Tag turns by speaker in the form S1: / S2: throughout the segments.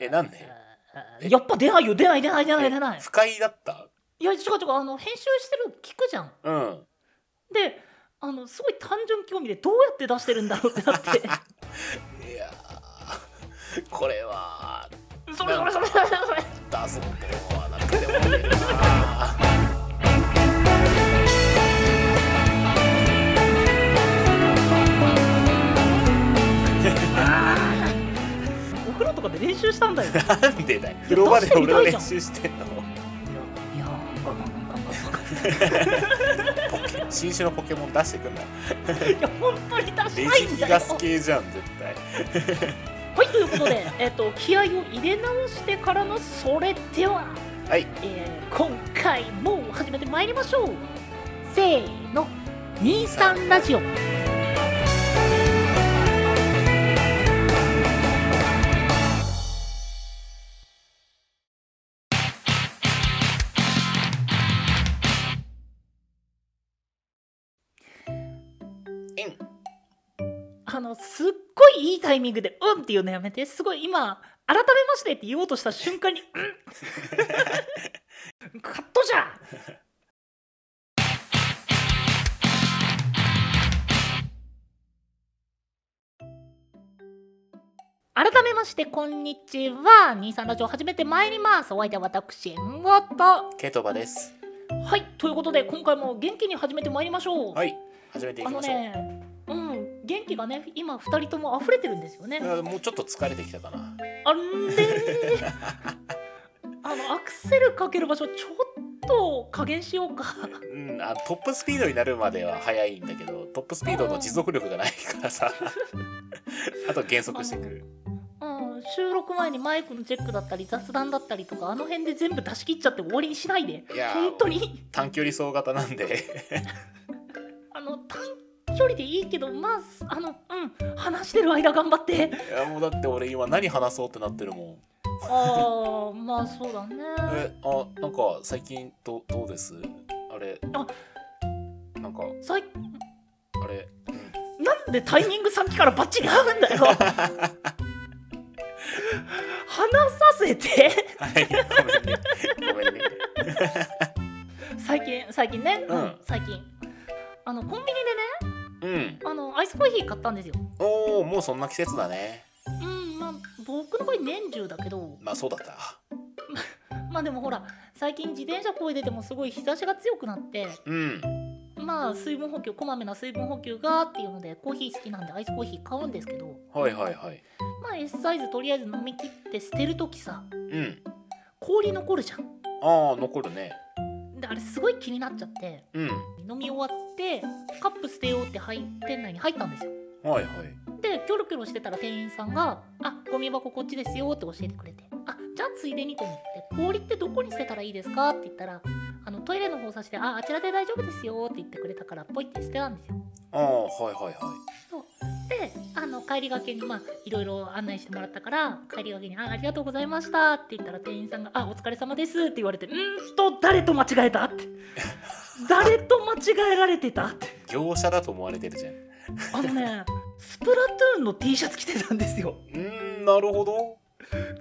S1: えなんでえ
S2: やっぱ出ないよ出ない出ない出ない出ない
S1: え不快だった
S2: いや違う違うあの編集してるの聞くじゃん
S1: うん
S2: であのすごい単純興味でどうやって出してるんだろうってなって
S1: いやーこれは
S2: それそれそれそれそれ
S1: 出すことはなくてもいいな
S2: お風呂とかで練習したんだよいや
S1: なんでだよ風呂場で俺は
S2: 出してみた
S1: 練習して
S2: いじゃん
S1: んの
S2: いやなんかなんかなんか
S1: 新種のポケモン出してくんない
S2: いや本当に出
S1: レ
S2: したい
S1: ジ
S2: ん
S1: ヒ
S2: だよ
S1: ガス系じゃん絶対
S2: はいということで、えっと気合を入れ直してからのそれでは、
S1: はい
S2: えー今回も始めてまいりましょうせーの23ラジオ
S1: イン
S2: あのすっごいいいタイミングで「うん」っていうのやめてすごい今改めましてって言おうとした瞬間に「うん」 カットじゃ改めましてこんにちは23ラジオ始めてまいりますお相手は私縁ごとは
S1: ケトバです
S2: いということで今回も元気に始めてまいりましょう
S1: はい始めてい
S2: あ
S1: き
S2: の
S1: ましょう、
S2: ね、うん、元気がね、今二人とも溢れてるんですよね。
S1: あもうちょっと疲れてきたかな
S2: あんでー。あのアクセルかける場所、ちょっと加減しようか。
S1: うんあトップスピードになるまでは早いんだけどトップスピードの持続力がないからさあと減速してくる
S2: うん、収録前にマイクのチェックだったり、雑談だったりとか、あの辺で全部出し切っちゃって終わりにしないで。
S1: いやー
S2: 本当に、
S1: 短距離走型なんで
S2: あの短距離でいいけど、まあ、あの、うん、話してる間頑 張って。
S1: いやもうだって俺今何話そうってなってるもん
S2: ああ、まあ、そうだね。
S1: えあなんか最近どどうですあれ
S2: あ
S1: なんか
S2: さい、
S1: あれ、 うん
S2: なんでタイミングさっきからバッチリ合うんだよ話させて
S1: はいごめんねごめんね
S2: 最近最近ね、
S1: うん
S2: 最近あのコンビニでね
S1: うん
S2: あのアイスコーヒー買ったんですよ
S1: おおもうそんな季節だね
S2: うんまあ僕の場合年中だけど
S1: まあそうだった
S2: まあでもほら最近自転車こいでてもすごい日差しが強くなって
S1: うん
S2: まあ水分補給こまめな水分補給がっていうのでコーヒー好きなんでアイスコーヒー買うんですけど
S1: はいはいはい
S2: まあ S サイズとりあえず飲み切って捨てる時さ
S1: うん
S2: 氷残るじゃん
S1: ああ残るね
S2: であれすごい気になっちゃって
S1: うん
S2: 飲み終わってカップ捨てようって入店内に入ったんですよ
S1: はいはい
S2: でキョロキョロしてたら店員さんが「あゴミ箱こっちですよ」って教えてくれて「あじゃあついでに」と思って「氷ってどこに捨てたらいいですか?」って言ったらあのトイレの方さして「ああちらで大丈夫ですよ」って言ってくれたからポイって捨てたんですよ
S1: ああはいはいはい
S2: であの帰りがけにまあいろいろ案内してもらったから帰りがけに「あありがとうございました」って言ったら店員さんが「あお疲れ様です」って言われて「んーっと誰と間違えた?」って「誰と間違えられてた?」って
S1: 業者だと思われてるじゃんう
S2: あのね、スプラトゥーンの T シャツ着てたんですよ。
S1: ーんなるほど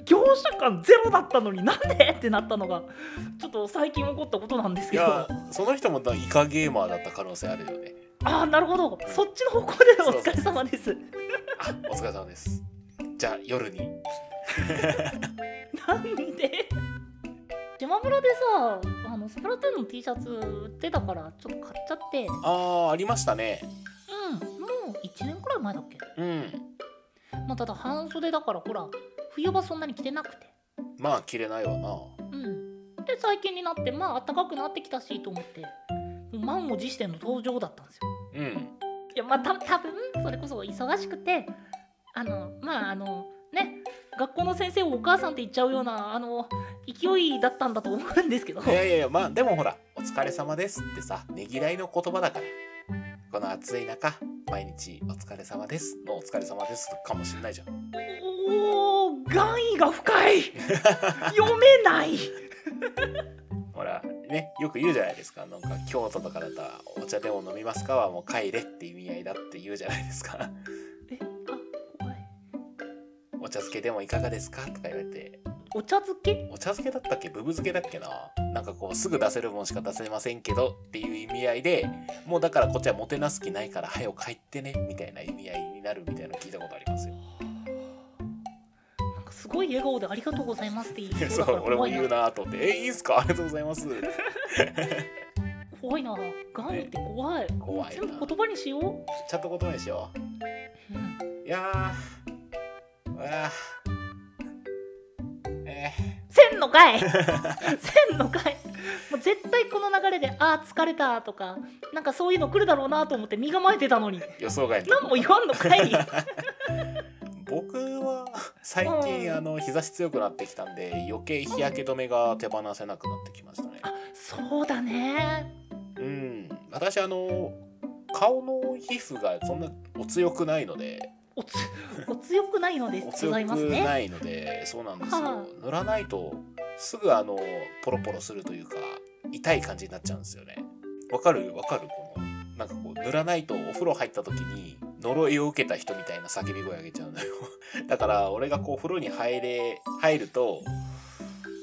S2: 業者感ゼロだったのになんでってなったのが、ちょっと最近起こったことなんです
S1: い
S2: けど。
S1: や
S2: あ
S1: その人もイカゲーマーだった可能性あるよね
S2: あー、なるほど。そっちの方向でお疲れ様です。
S1: あお疲れ様ですじゃあ夜に
S2: なんで島村でさ、あのスプラトゥーンの T シャツ売ってたから、ちょっと買っちゃって。
S1: ああありましたね
S2: うん、もう1年くらい前だっけ。
S1: うん
S2: まあ、ただ半袖だから、ほら、冬場そんなに着てなくて。
S1: まあ着れないわな
S2: うん、で最近になってまあ暖かくなってきたしと思って満を持しての登場だったんですよ。
S1: うん
S2: いやまあた多分それこそ忙しくてあのまああのね学校の先生をお母さんって言っちゃうようなあの勢いだったんだと思うんですけど
S1: いやいやいやまあでもほら「お疲れ様です」ってさねぎらいの言葉だからこの暑い中毎日「お疲れ様です」の「お疲れ様です」かもしんないじゃん
S2: おお願意が深い読めない
S1: ほらねよく言うじゃないですかなんか京都とかだったら「お茶でも飲みますか?」はもう「帰れ」って意味合いだって言うじゃないですか
S2: えあ怖い
S1: お茶漬けでもいかがですか?」とか言われて
S2: お茶漬け
S1: お茶漬けだったっけブブ漬けだっけななんかこうすぐ出せるもんしか出せませんけどっていう意味合いでもうだからこっちはもてなす気ないから早く帰ってねみたいな意味合いになるみたいなの聞いたことありますよ。
S2: なんかすごい笑顔でありがとうございますって言い
S1: そ
S2: だか
S1: う
S2: ら
S1: 俺も
S2: 怖い
S1: 言う
S2: な
S1: なと思って「えいいんすかあ りがとうございます」
S2: 怖いなガンって怖い
S1: 怖いな
S2: 全部言葉にしよう
S1: ちゃんと言葉にしよ
S2: うん
S1: う。いやーうわーえ
S2: せん のかいせんのかいもう絶対この流れで「あー疲れた」とかなんかそういうの来るだろうなと思って身構えてたのに
S1: ー予想外のとこ
S2: 何も言わんのかい
S1: 僕は最
S2: う
S1: 近
S2: ん
S1: あの日差し強くなってきたんで余計日焼け止めが手放せなくなってきましたね。
S2: あそうだね
S1: うん私あの顔の皮膚がそんなお強くないので
S2: おつお強くないので
S1: お
S2: ご
S1: 強
S2: ざい
S1: く
S2: ますね
S1: ないのでそうなんですよ
S2: は
S1: 塗らないとすぐあのポロポロするというか痛い感じになっちゃうんですよねわかるわかるこのなんかこう塗らないとお風呂入った時に呪いを受けた人みたいな叫び声あげちゃうのよ だから俺がこう風呂に入れ入ると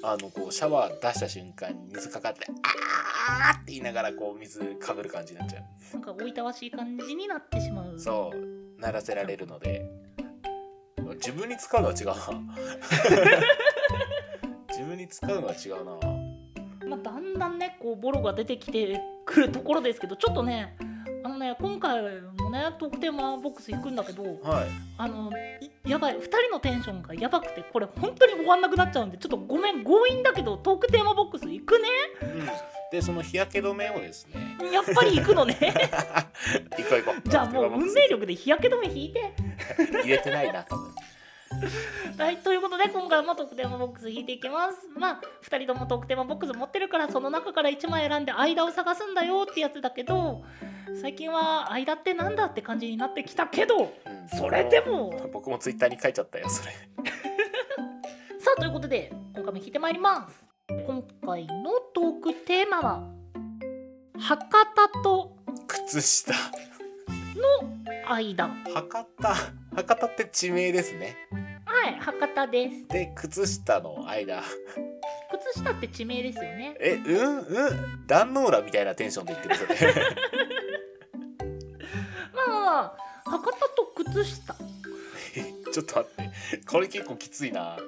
S1: あのこうシャワー出した瞬間に水かかってあーって言いながらこう水かぶる感じになっちゃう
S2: なんかおいたわしい感じになってしまう
S1: そう鳴らせられるので自分に使うのは違う な自分に使うのは違うな
S2: まあ、だんだんねこうボロが出てきてくるところですけどちょっとねあのね今回もねトークテーマボックス行くんだけど
S1: はい
S2: あのいやばい2人のテンションがやばくてこれ本当に終わんなくなっちゃうんでちょっとごめん強引だけどトークテーマボックス行くね
S1: でその日焼け止めをですね
S2: やっぱり行くのね
S1: 一個一個
S2: じゃあもう運命力で日焼け止め引いて
S1: 入れてないな多分
S2: はいということで今回もトークテーマボックス引いていきますまあ2人ともトークテーマボックス持ってるからその中から1枚選んで間を探すんだよってやつだけど最近は間ってなんだって感じになってきたけど
S1: うん
S2: それでも
S1: 僕もツイッターに書いちゃったよそれ
S2: さあということで今回も引いてまいります今回のトークテーマは博多と
S1: 靴下
S2: 間は
S1: 博多博多って地名ですね
S2: い博多です
S1: で靴下の間
S2: 靴下って地名ですよね
S1: えうんうん壇ノ浦みたいなテンションで言ってるそれ
S2: まあまあまあ博多と靴下
S1: ちょっと待ってこれ結構きついな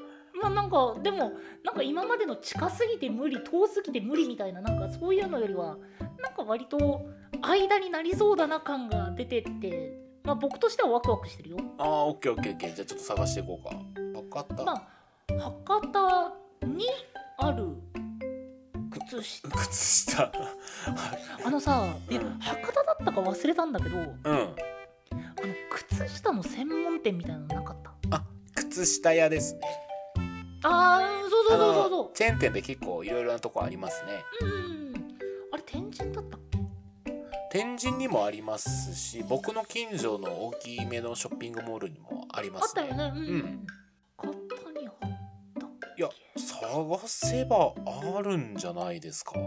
S2: まあなんかでもなんか今までの近すぎて無理遠すぎて無理みたいななんかそういうのよりはなんか割と間になりそうだな感が出てってまあ僕としてはワクワクしてるよ
S1: ああ、オッケーオッケーオッケー。じゃあちょっと探していこうか。分かった。
S2: まあ博多にある靴下
S1: 靴下。
S2: あのさ、いや
S1: うん
S2: 博多だったか忘れたんだけどあの
S1: うん。
S2: 靴下の専門店みたいなのなかった
S1: 靴下屋ですね。
S2: あーそうそうそうそう
S1: あのチェーン店で結構いろいろなとこありますね。
S2: そううんあれ天神だったっけ
S1: 天神にもありますし、僕の近所の大きめのショッピングモールにもありま
S2: あっ
S1: す
S2: た
S1: ね。
S2: よねうん、
S1: う
S2: うんん、型にあったっ
S1: いや、探せばあるんじゃないですか。
S2: け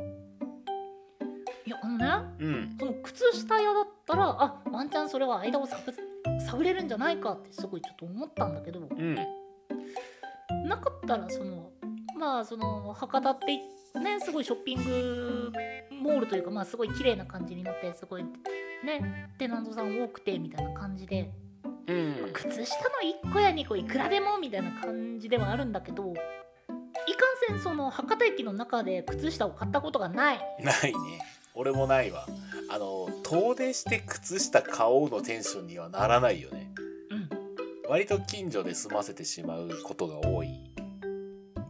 S2: いやあのね
S1: うん。
S2: その靴下屋だったらあワンチャンそれは間を探す探れるんじゃないかってすごいちょっと思ったんだけど
S1: うん。
S2: なかったらそのまあその博多ってねすごいショッピングモールというかまあすごい綺麗な感じになってすごいねテナントさん多くてみたいな感じで
S1: うん。
S2: 靴下の1個や2個いくらでもみたいな感じではあるんだけどいかんせんその博多駅の中で靴下を買ったことがない
S1: ないね。俺もないわ。あの、遠出して靴下買おうのテンションにはならないよね。
S2: うん
S1: 割と近所で済ませてしまうことが多い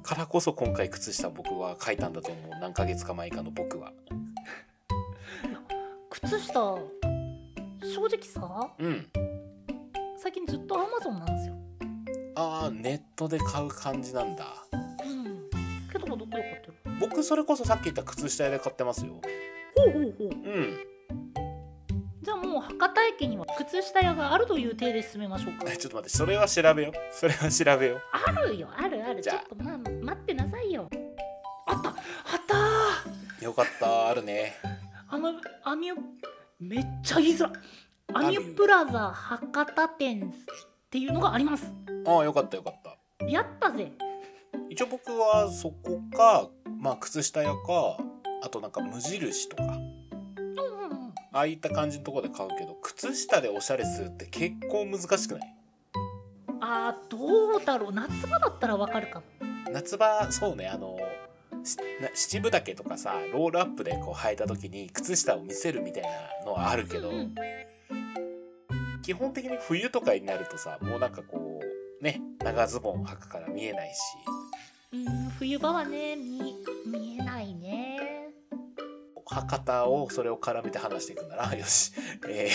S1: からこそ今回靴下僕は書いたんだと思う何ヶ月か前かの僕は
S2: 靴下正直さ
S1: うん
S2: 最近ずっとアマゾンなんですよ
S1: あーネットで買う感じなんだ
S2: うんけどどこで買ってる
S1: 僕それこそさっき言った靴下屋で買ってますよ
S2: ほうほうほう
S1: うん
S2: じゃあもう博多駅には靴下屋があるという体で進めましょうか
S1: えちょっと待ってそれは調べようそれは調べよ
S2: あるよあるある
S1: じ
S2: ちょ
S1: ゃあ
S2: っとまあ待ってなさいよあったあった
S1: うよかったあるね
S2: ーあのアミュめっちゃ言いづらアミュプラザ博多店っていうのがあります
S1: ああよかったよかった
S2: やったぜ
S1: 一応僕はそこかまあ靴下屋かあとなんか無印とか
S2: うんうんうん
S1: ああいった感じのところで買うけど靴下でおしゃれするって結構難しくない
S2: あーどうだろう夏場だったらわかるかも
S1: 夏場そうねあのしな七分丈とかさロールアップでこう履いた時に靴下を見せるみたいなのはあるけど、
S2: うんうん
S1: 基本的に冬とかになるとさもうなんかこうね長ズボン履くから見えないし
S2: うん冬場はね見見えないね
S1: 履かたをそれを絡めて話していくんだな よしえ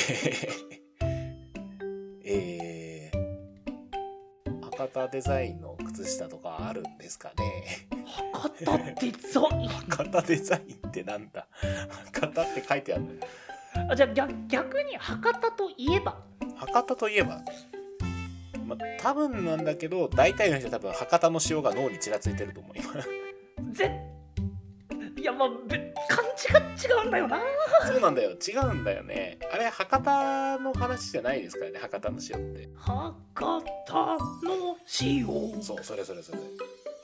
S1: ー、 えー、博多デザインの靴下とかあるんですかね
S2: 博多ってザ
S1: 博多デザインってなんだ博多って書いてあるの
S2: あじゃあ逆逆に博多といえば
S1: 博多といえば、まあ、多分なんだけど大体の人は多分博多の塩が脳にちらついてると思います
S2: ぜいやまあべ感じが違うんだよな
S1: そうなんだよ違うんだよねあれ博多の話じゃないですからね博多の塩って
S2: 博多の塩
S1: そうそれそれそれ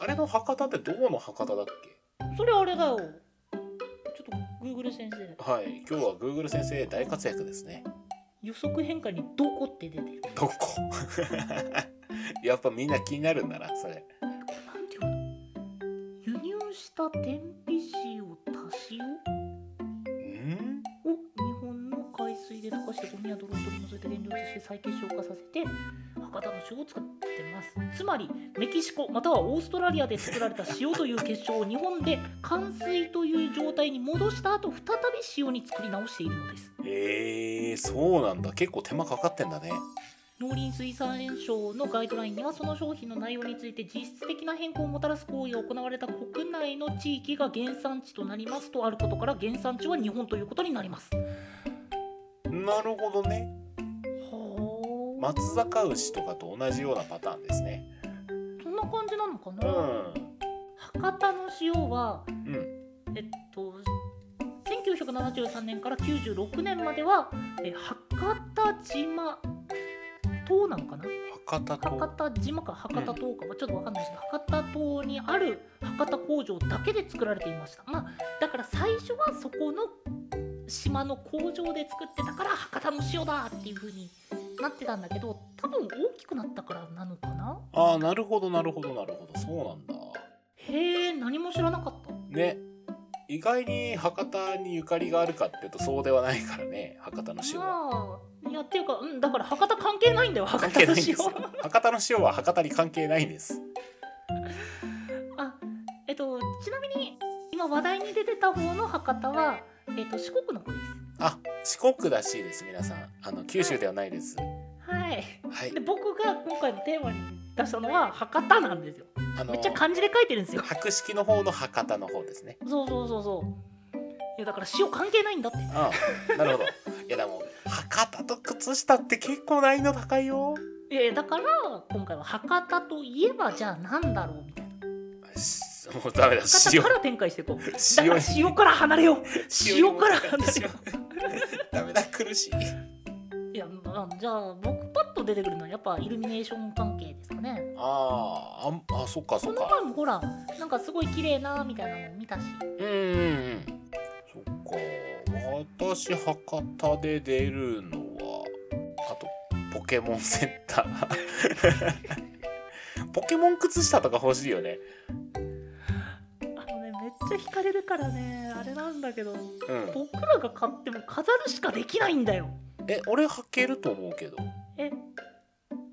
S1: あれの博多ってどこの博多だっけ
S2: それあれだよちょっと Google 先生
S1: はい今日は Google 先生大活躍ですね
S2: 予測変換に「どこ」って出てる
S1: どこ やっぱみんな気になるんだなそれ
S2: これなんていうの輸入した天日塩足し塩
S1: うん
S2: を日本の海水で溶かしてゴミや泥を取り除いた原料として再結晶化させて博多の塩を作ってますつまりメキシコまたはオーストラリアで作られた塩という結晶を日本で乾水という状態に戻した後再び塩に作り直しているのです
S1: えー、そうなんだ結構手間かかってんだね
S2: 農林水産省のガイドラインにはその商品の内容について実質的な変更をもたらす行為が行われた国内の地域が原産地となりますとあることから原産地は日本ということになります。
S1: なるほどね
S2: はあ、
S1: 松阪牛とかと同じようなパターンですね。
S2: そんな感じなのか
S1: う
S2: な、
S1: ん。
S2: 博多の塩は
S1: うん。
S2: えっと1973年から96年まではえ博多島島なのかな
S1: 博多と。
S2: 博多島か博多島かはちょっとわかんないですけど博多島にある博多工場だけで作られていましたまあだから最初はそこの島の工場で作ってたから博多の塩だっていう風になってたんだけど多分大きくなったからなのかな
S1: ああ、なるほど、なるほど、なるほど。そうなんだ。
S2: へえ何も知らなかった
S1: ね。意外に博多にゆかりがあるかっていうとそうではないからね博多の塩は
S2: まあいやっていうかうんだから博多関係ないんだよ博
S1: 関
S2: 多
S1: 係
S2: の
S1: ないんで
S2: 塩
S1: すよ博多の塩は博多に関係ないんです
S2: あえっとちなみに今話題に出てた方の博多は、えっと、四国の方です
S1: あ四国らしいです皆さんあの九州ではないです
S2: はい
S1: はい
S2: で僕が今回のテーマに出したのは博多なんですよ
S1: あの
S2: めっちゃ漢字で書いてるんですよ
S1: 博識の方の博多の方ですね
S2: そうそうそうそういやだから塩関係ないんだって
S1: ああなるほど いやでも博多と靴下って結構難易度高いよ
S2: いやいやだから今回は博多といえばじゃあなんだろうみたいな
S1: しもうダメだ
S2: 博多
S1: 塩
S2: から展開していこうだ
S1: 塩
S2: から塩から離れよう塩から離れよ
S1: 塩ダメだ苦しい
S2: いやまあじゃあ僕パッと出てくるのはやっぱイルミネーション関係ですかね
S1: あーあんあそっかそ
S2: こ
S1: っ
S2: の
S1: か
S2: 前もほらなんかすごい綺麗なみたいなの見たし
S1: うんうんうんそっか私博多で出るのはあとポケモンセンター ポケモン靴下とか欲しいよね
S2: あのねめっちゃ惹かれるからねあれなんだけど
S1: うん
S2: 僕らが買っても飾るしかできないんだよ
S1: え俺履けると思うけど
S2: え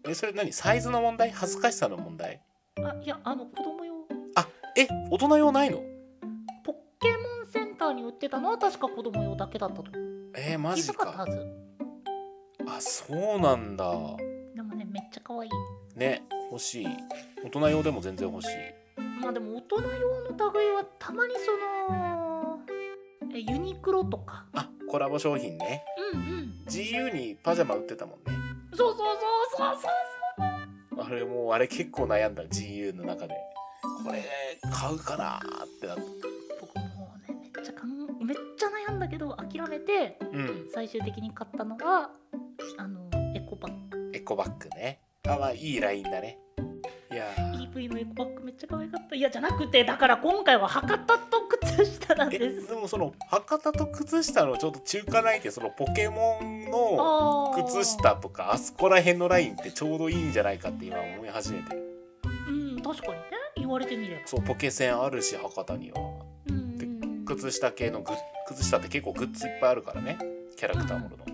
S1: えそれ何サイズの問題恥ずかしさの問題
S2: あいやあの子供用
S1: あえ大人用ないの
S2: ポケモンセンターに売ってたのは確か子供用だけだったと思う
S1: えー、マ
S2: 小
S1: ジ
S2: さかった
S1: か
S2: はず
S1: あそうなんだ
S2: でもねめっちゃ可愛い
S1: ね欲しい大人用でも全然欲しい
S2: まあでも大人用の類はたまにそのえユニクロとか
S1: あコラボ商品ね
S2: うんうん
S1: GU にパジャマ売ってたもんね
S2: そうそうそうそうそう
S1: あれもうあれ結構悩んだ GU の中でこれ買うかなーってなった
S2: 僕もうねめっちゃかんめっちゃ悩んだけど諦めて
S1: うん
S2: 最終的に買ったのがあのエコバッグ
S1: エコバッグねあまあいいラインだねいやー
S2: EV のエコバッグめっちゃ可愛かったいやじゃなくてだから今回は博多と靴下なん
S1: え
S2: で
S1: ですもその博多と靴下のちょっと中華ラインってそのポケモンの
S2: あー
S1: 靴下とかあそこら辺のラインってちょうどいいんじゃないかって今思い始めてる
S2: うん確かにね言われてみれば
S1: そうポケセンあるし博多には
S2: うん
S1: で
S2: うん
S1: 靴下系のグッ靴下って結構グッズいっぱいあるからねキャラクターものの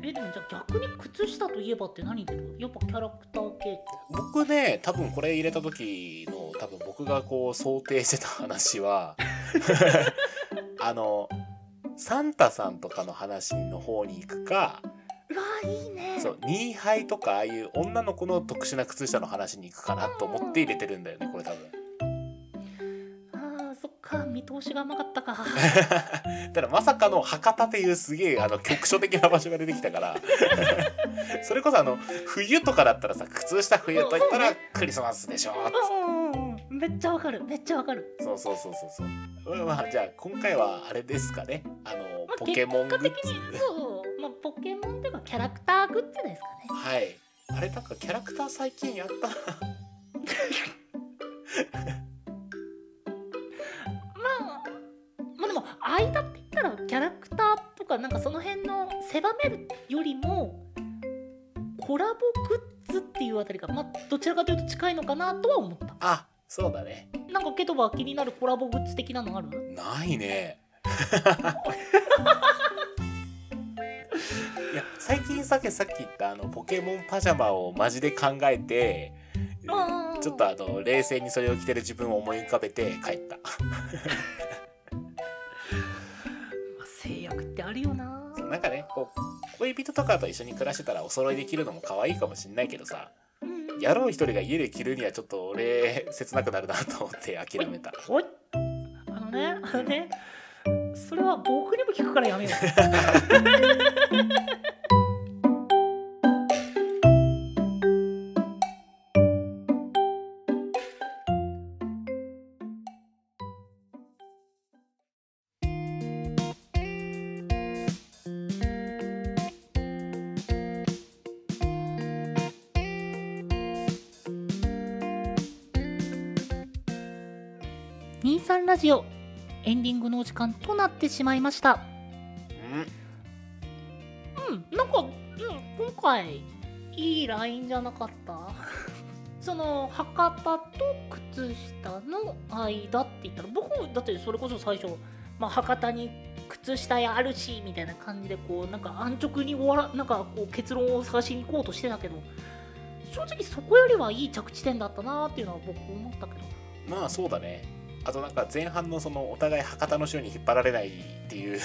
S2: えでもじゃあ逆に靴下といえばって何言ってるやっぱキャラクター系って
S1: 僕ね多分これ入れた時の多分僕がこう想定してた話は あのサンタさんとかの話の方に行くか
S2: うわいいね
S1: そうニーハイとかああいう女の子の特殊な靴下の話に行くかなと思って入れてるんだよねこれ多分
S2: あーそっか見通しが甘かっ たか
S1: ただまさかの博多っていうすげえあの局所的な場所が出てきたから それこそあの冬とかだったらさ靴下冬と言った
S2: う
S1: ら
S2: ん
S1: クリスマスでしょ
S2: うんうんうんめっちゃわかるめっちゃわかる
S1: そうそうそうそうそう。まあまあじゃあ今回はあれですかね。あのポケモング
S2: 結
S1: ッ
S2: 果
S1: ズ
S2: 的。にそう、まあ、ポケモンというかキャラクターグッズですかね
S1: はい。あれなんかキャラクター最近やった。
S2: まあまあでも間って言ったらキャラクターとかなんかその辺の狭めるよりもコラボグッズっていうあたりが、まあ、どちらかというと近いのかなとは思った
S1: あ、そうだね。
S2: なんかケトバは気になるコラボグッズ的なのある
S1: ないね。 いや最近さっきさっき言ったあのポケモンパジャマをマジで考えて。
S2: うん
S1: ちょっとあの冷静にそれを着てる自分を思い浮かべて帰った
S2: まあ制約ってあるよな
S1: なんかねこう恋人とかと一緒に暮らしてたらお揃いできるのも可愛いかもしんないけどさ
S2: うん
S1: 野郎一人が家で着るにはちょっと俺切なくなるなと思って諦めた
S2: おいあのねあのねそれは僕にも聞くからやめよう 23ラジオエンディングのお時間となってしまいました
S1: うん
S2: うんなんか、うん、今回いいラインじゃなかった その博多と靴下の間って言ったら僕だってそれこそ最初、まあ、博多に靴下屋あるしみたいな感じでこうなんか安直に終わらなんかこう結論を探しに行こうとしてたけど正直そこよりはいい着地点だったなーっていうのは僕思ったけど
S1: まあそうだねあとなんか前半のそのお互い博多の潮に引っ張られないっていう ち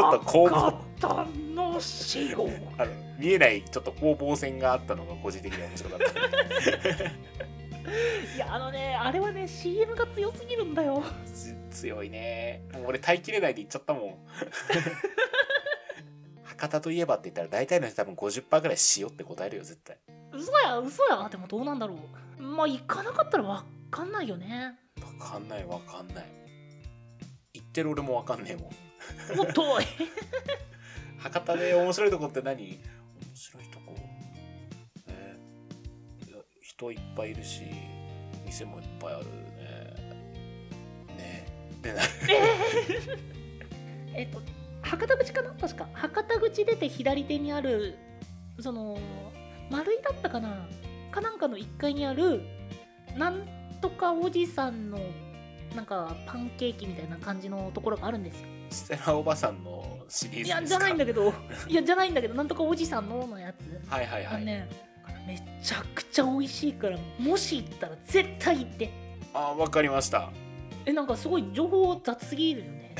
S1: ょっと攻防
S2: 博多の死後
S1: あの見えないちょっと攻防戦があったのが個人的には面白かった ね
S2: いやあのねあれはね CM が強すぎるんだよ
S1: つ強いねもう俺耐えきれないで言っちゃったもん博多といえばって言ったら大体の人多分50%ぐらい塩って答えるよ絶対
S2: 嘘や嘘やでもどうなんだろうまあ行かなかったらわかんないよね
S1: わかんないわかんない言ってる俺もわかんねえもん
S2: もっと
S1: 博多で面白いとこって何面白いとこえーいや人いっぱいいるし店もいっぱいあるねねでな
S2: えっ と博多口かな確か博多口出て左手にあるその丸いだったかなかなんかの1階にあるなんとかおじさんのなんかパンケーキみたいな感じのところがあるんですよ
S1: ステラおばさんのシリーズです
S2: い
S1: か
S2: やじゃないんだけどいやじゃないんだけどなんとかおじさんののやつ
S1: はいはい
S2: あ
S1: は
S2: の
S1: い、
S2: ね、めちゃくちゃ美味しいからもし行ったら絶対行って
S1: あーわかりました
S2: えなんかすごい情報雑すぎるよ ね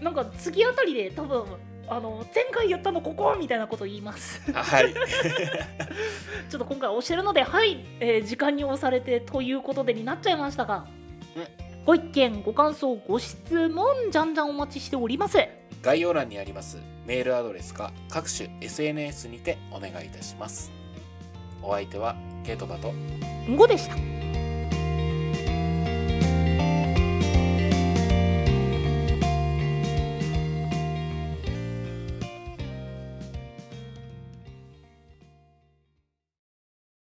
S2: なんか次あたりで多分あの前回やったのここみたいなこと言います
S1: はい
S2: ちょっと今回教えるのではい、えー時間に押されてということでになっちゃいましたがご意見ご感想ご質問じゃんじゃんお待ちしております
S1: 概要欄にありますメールアドレスか各種 SNS にてお願いいたしますお相手はケイトバと
S2: んごでした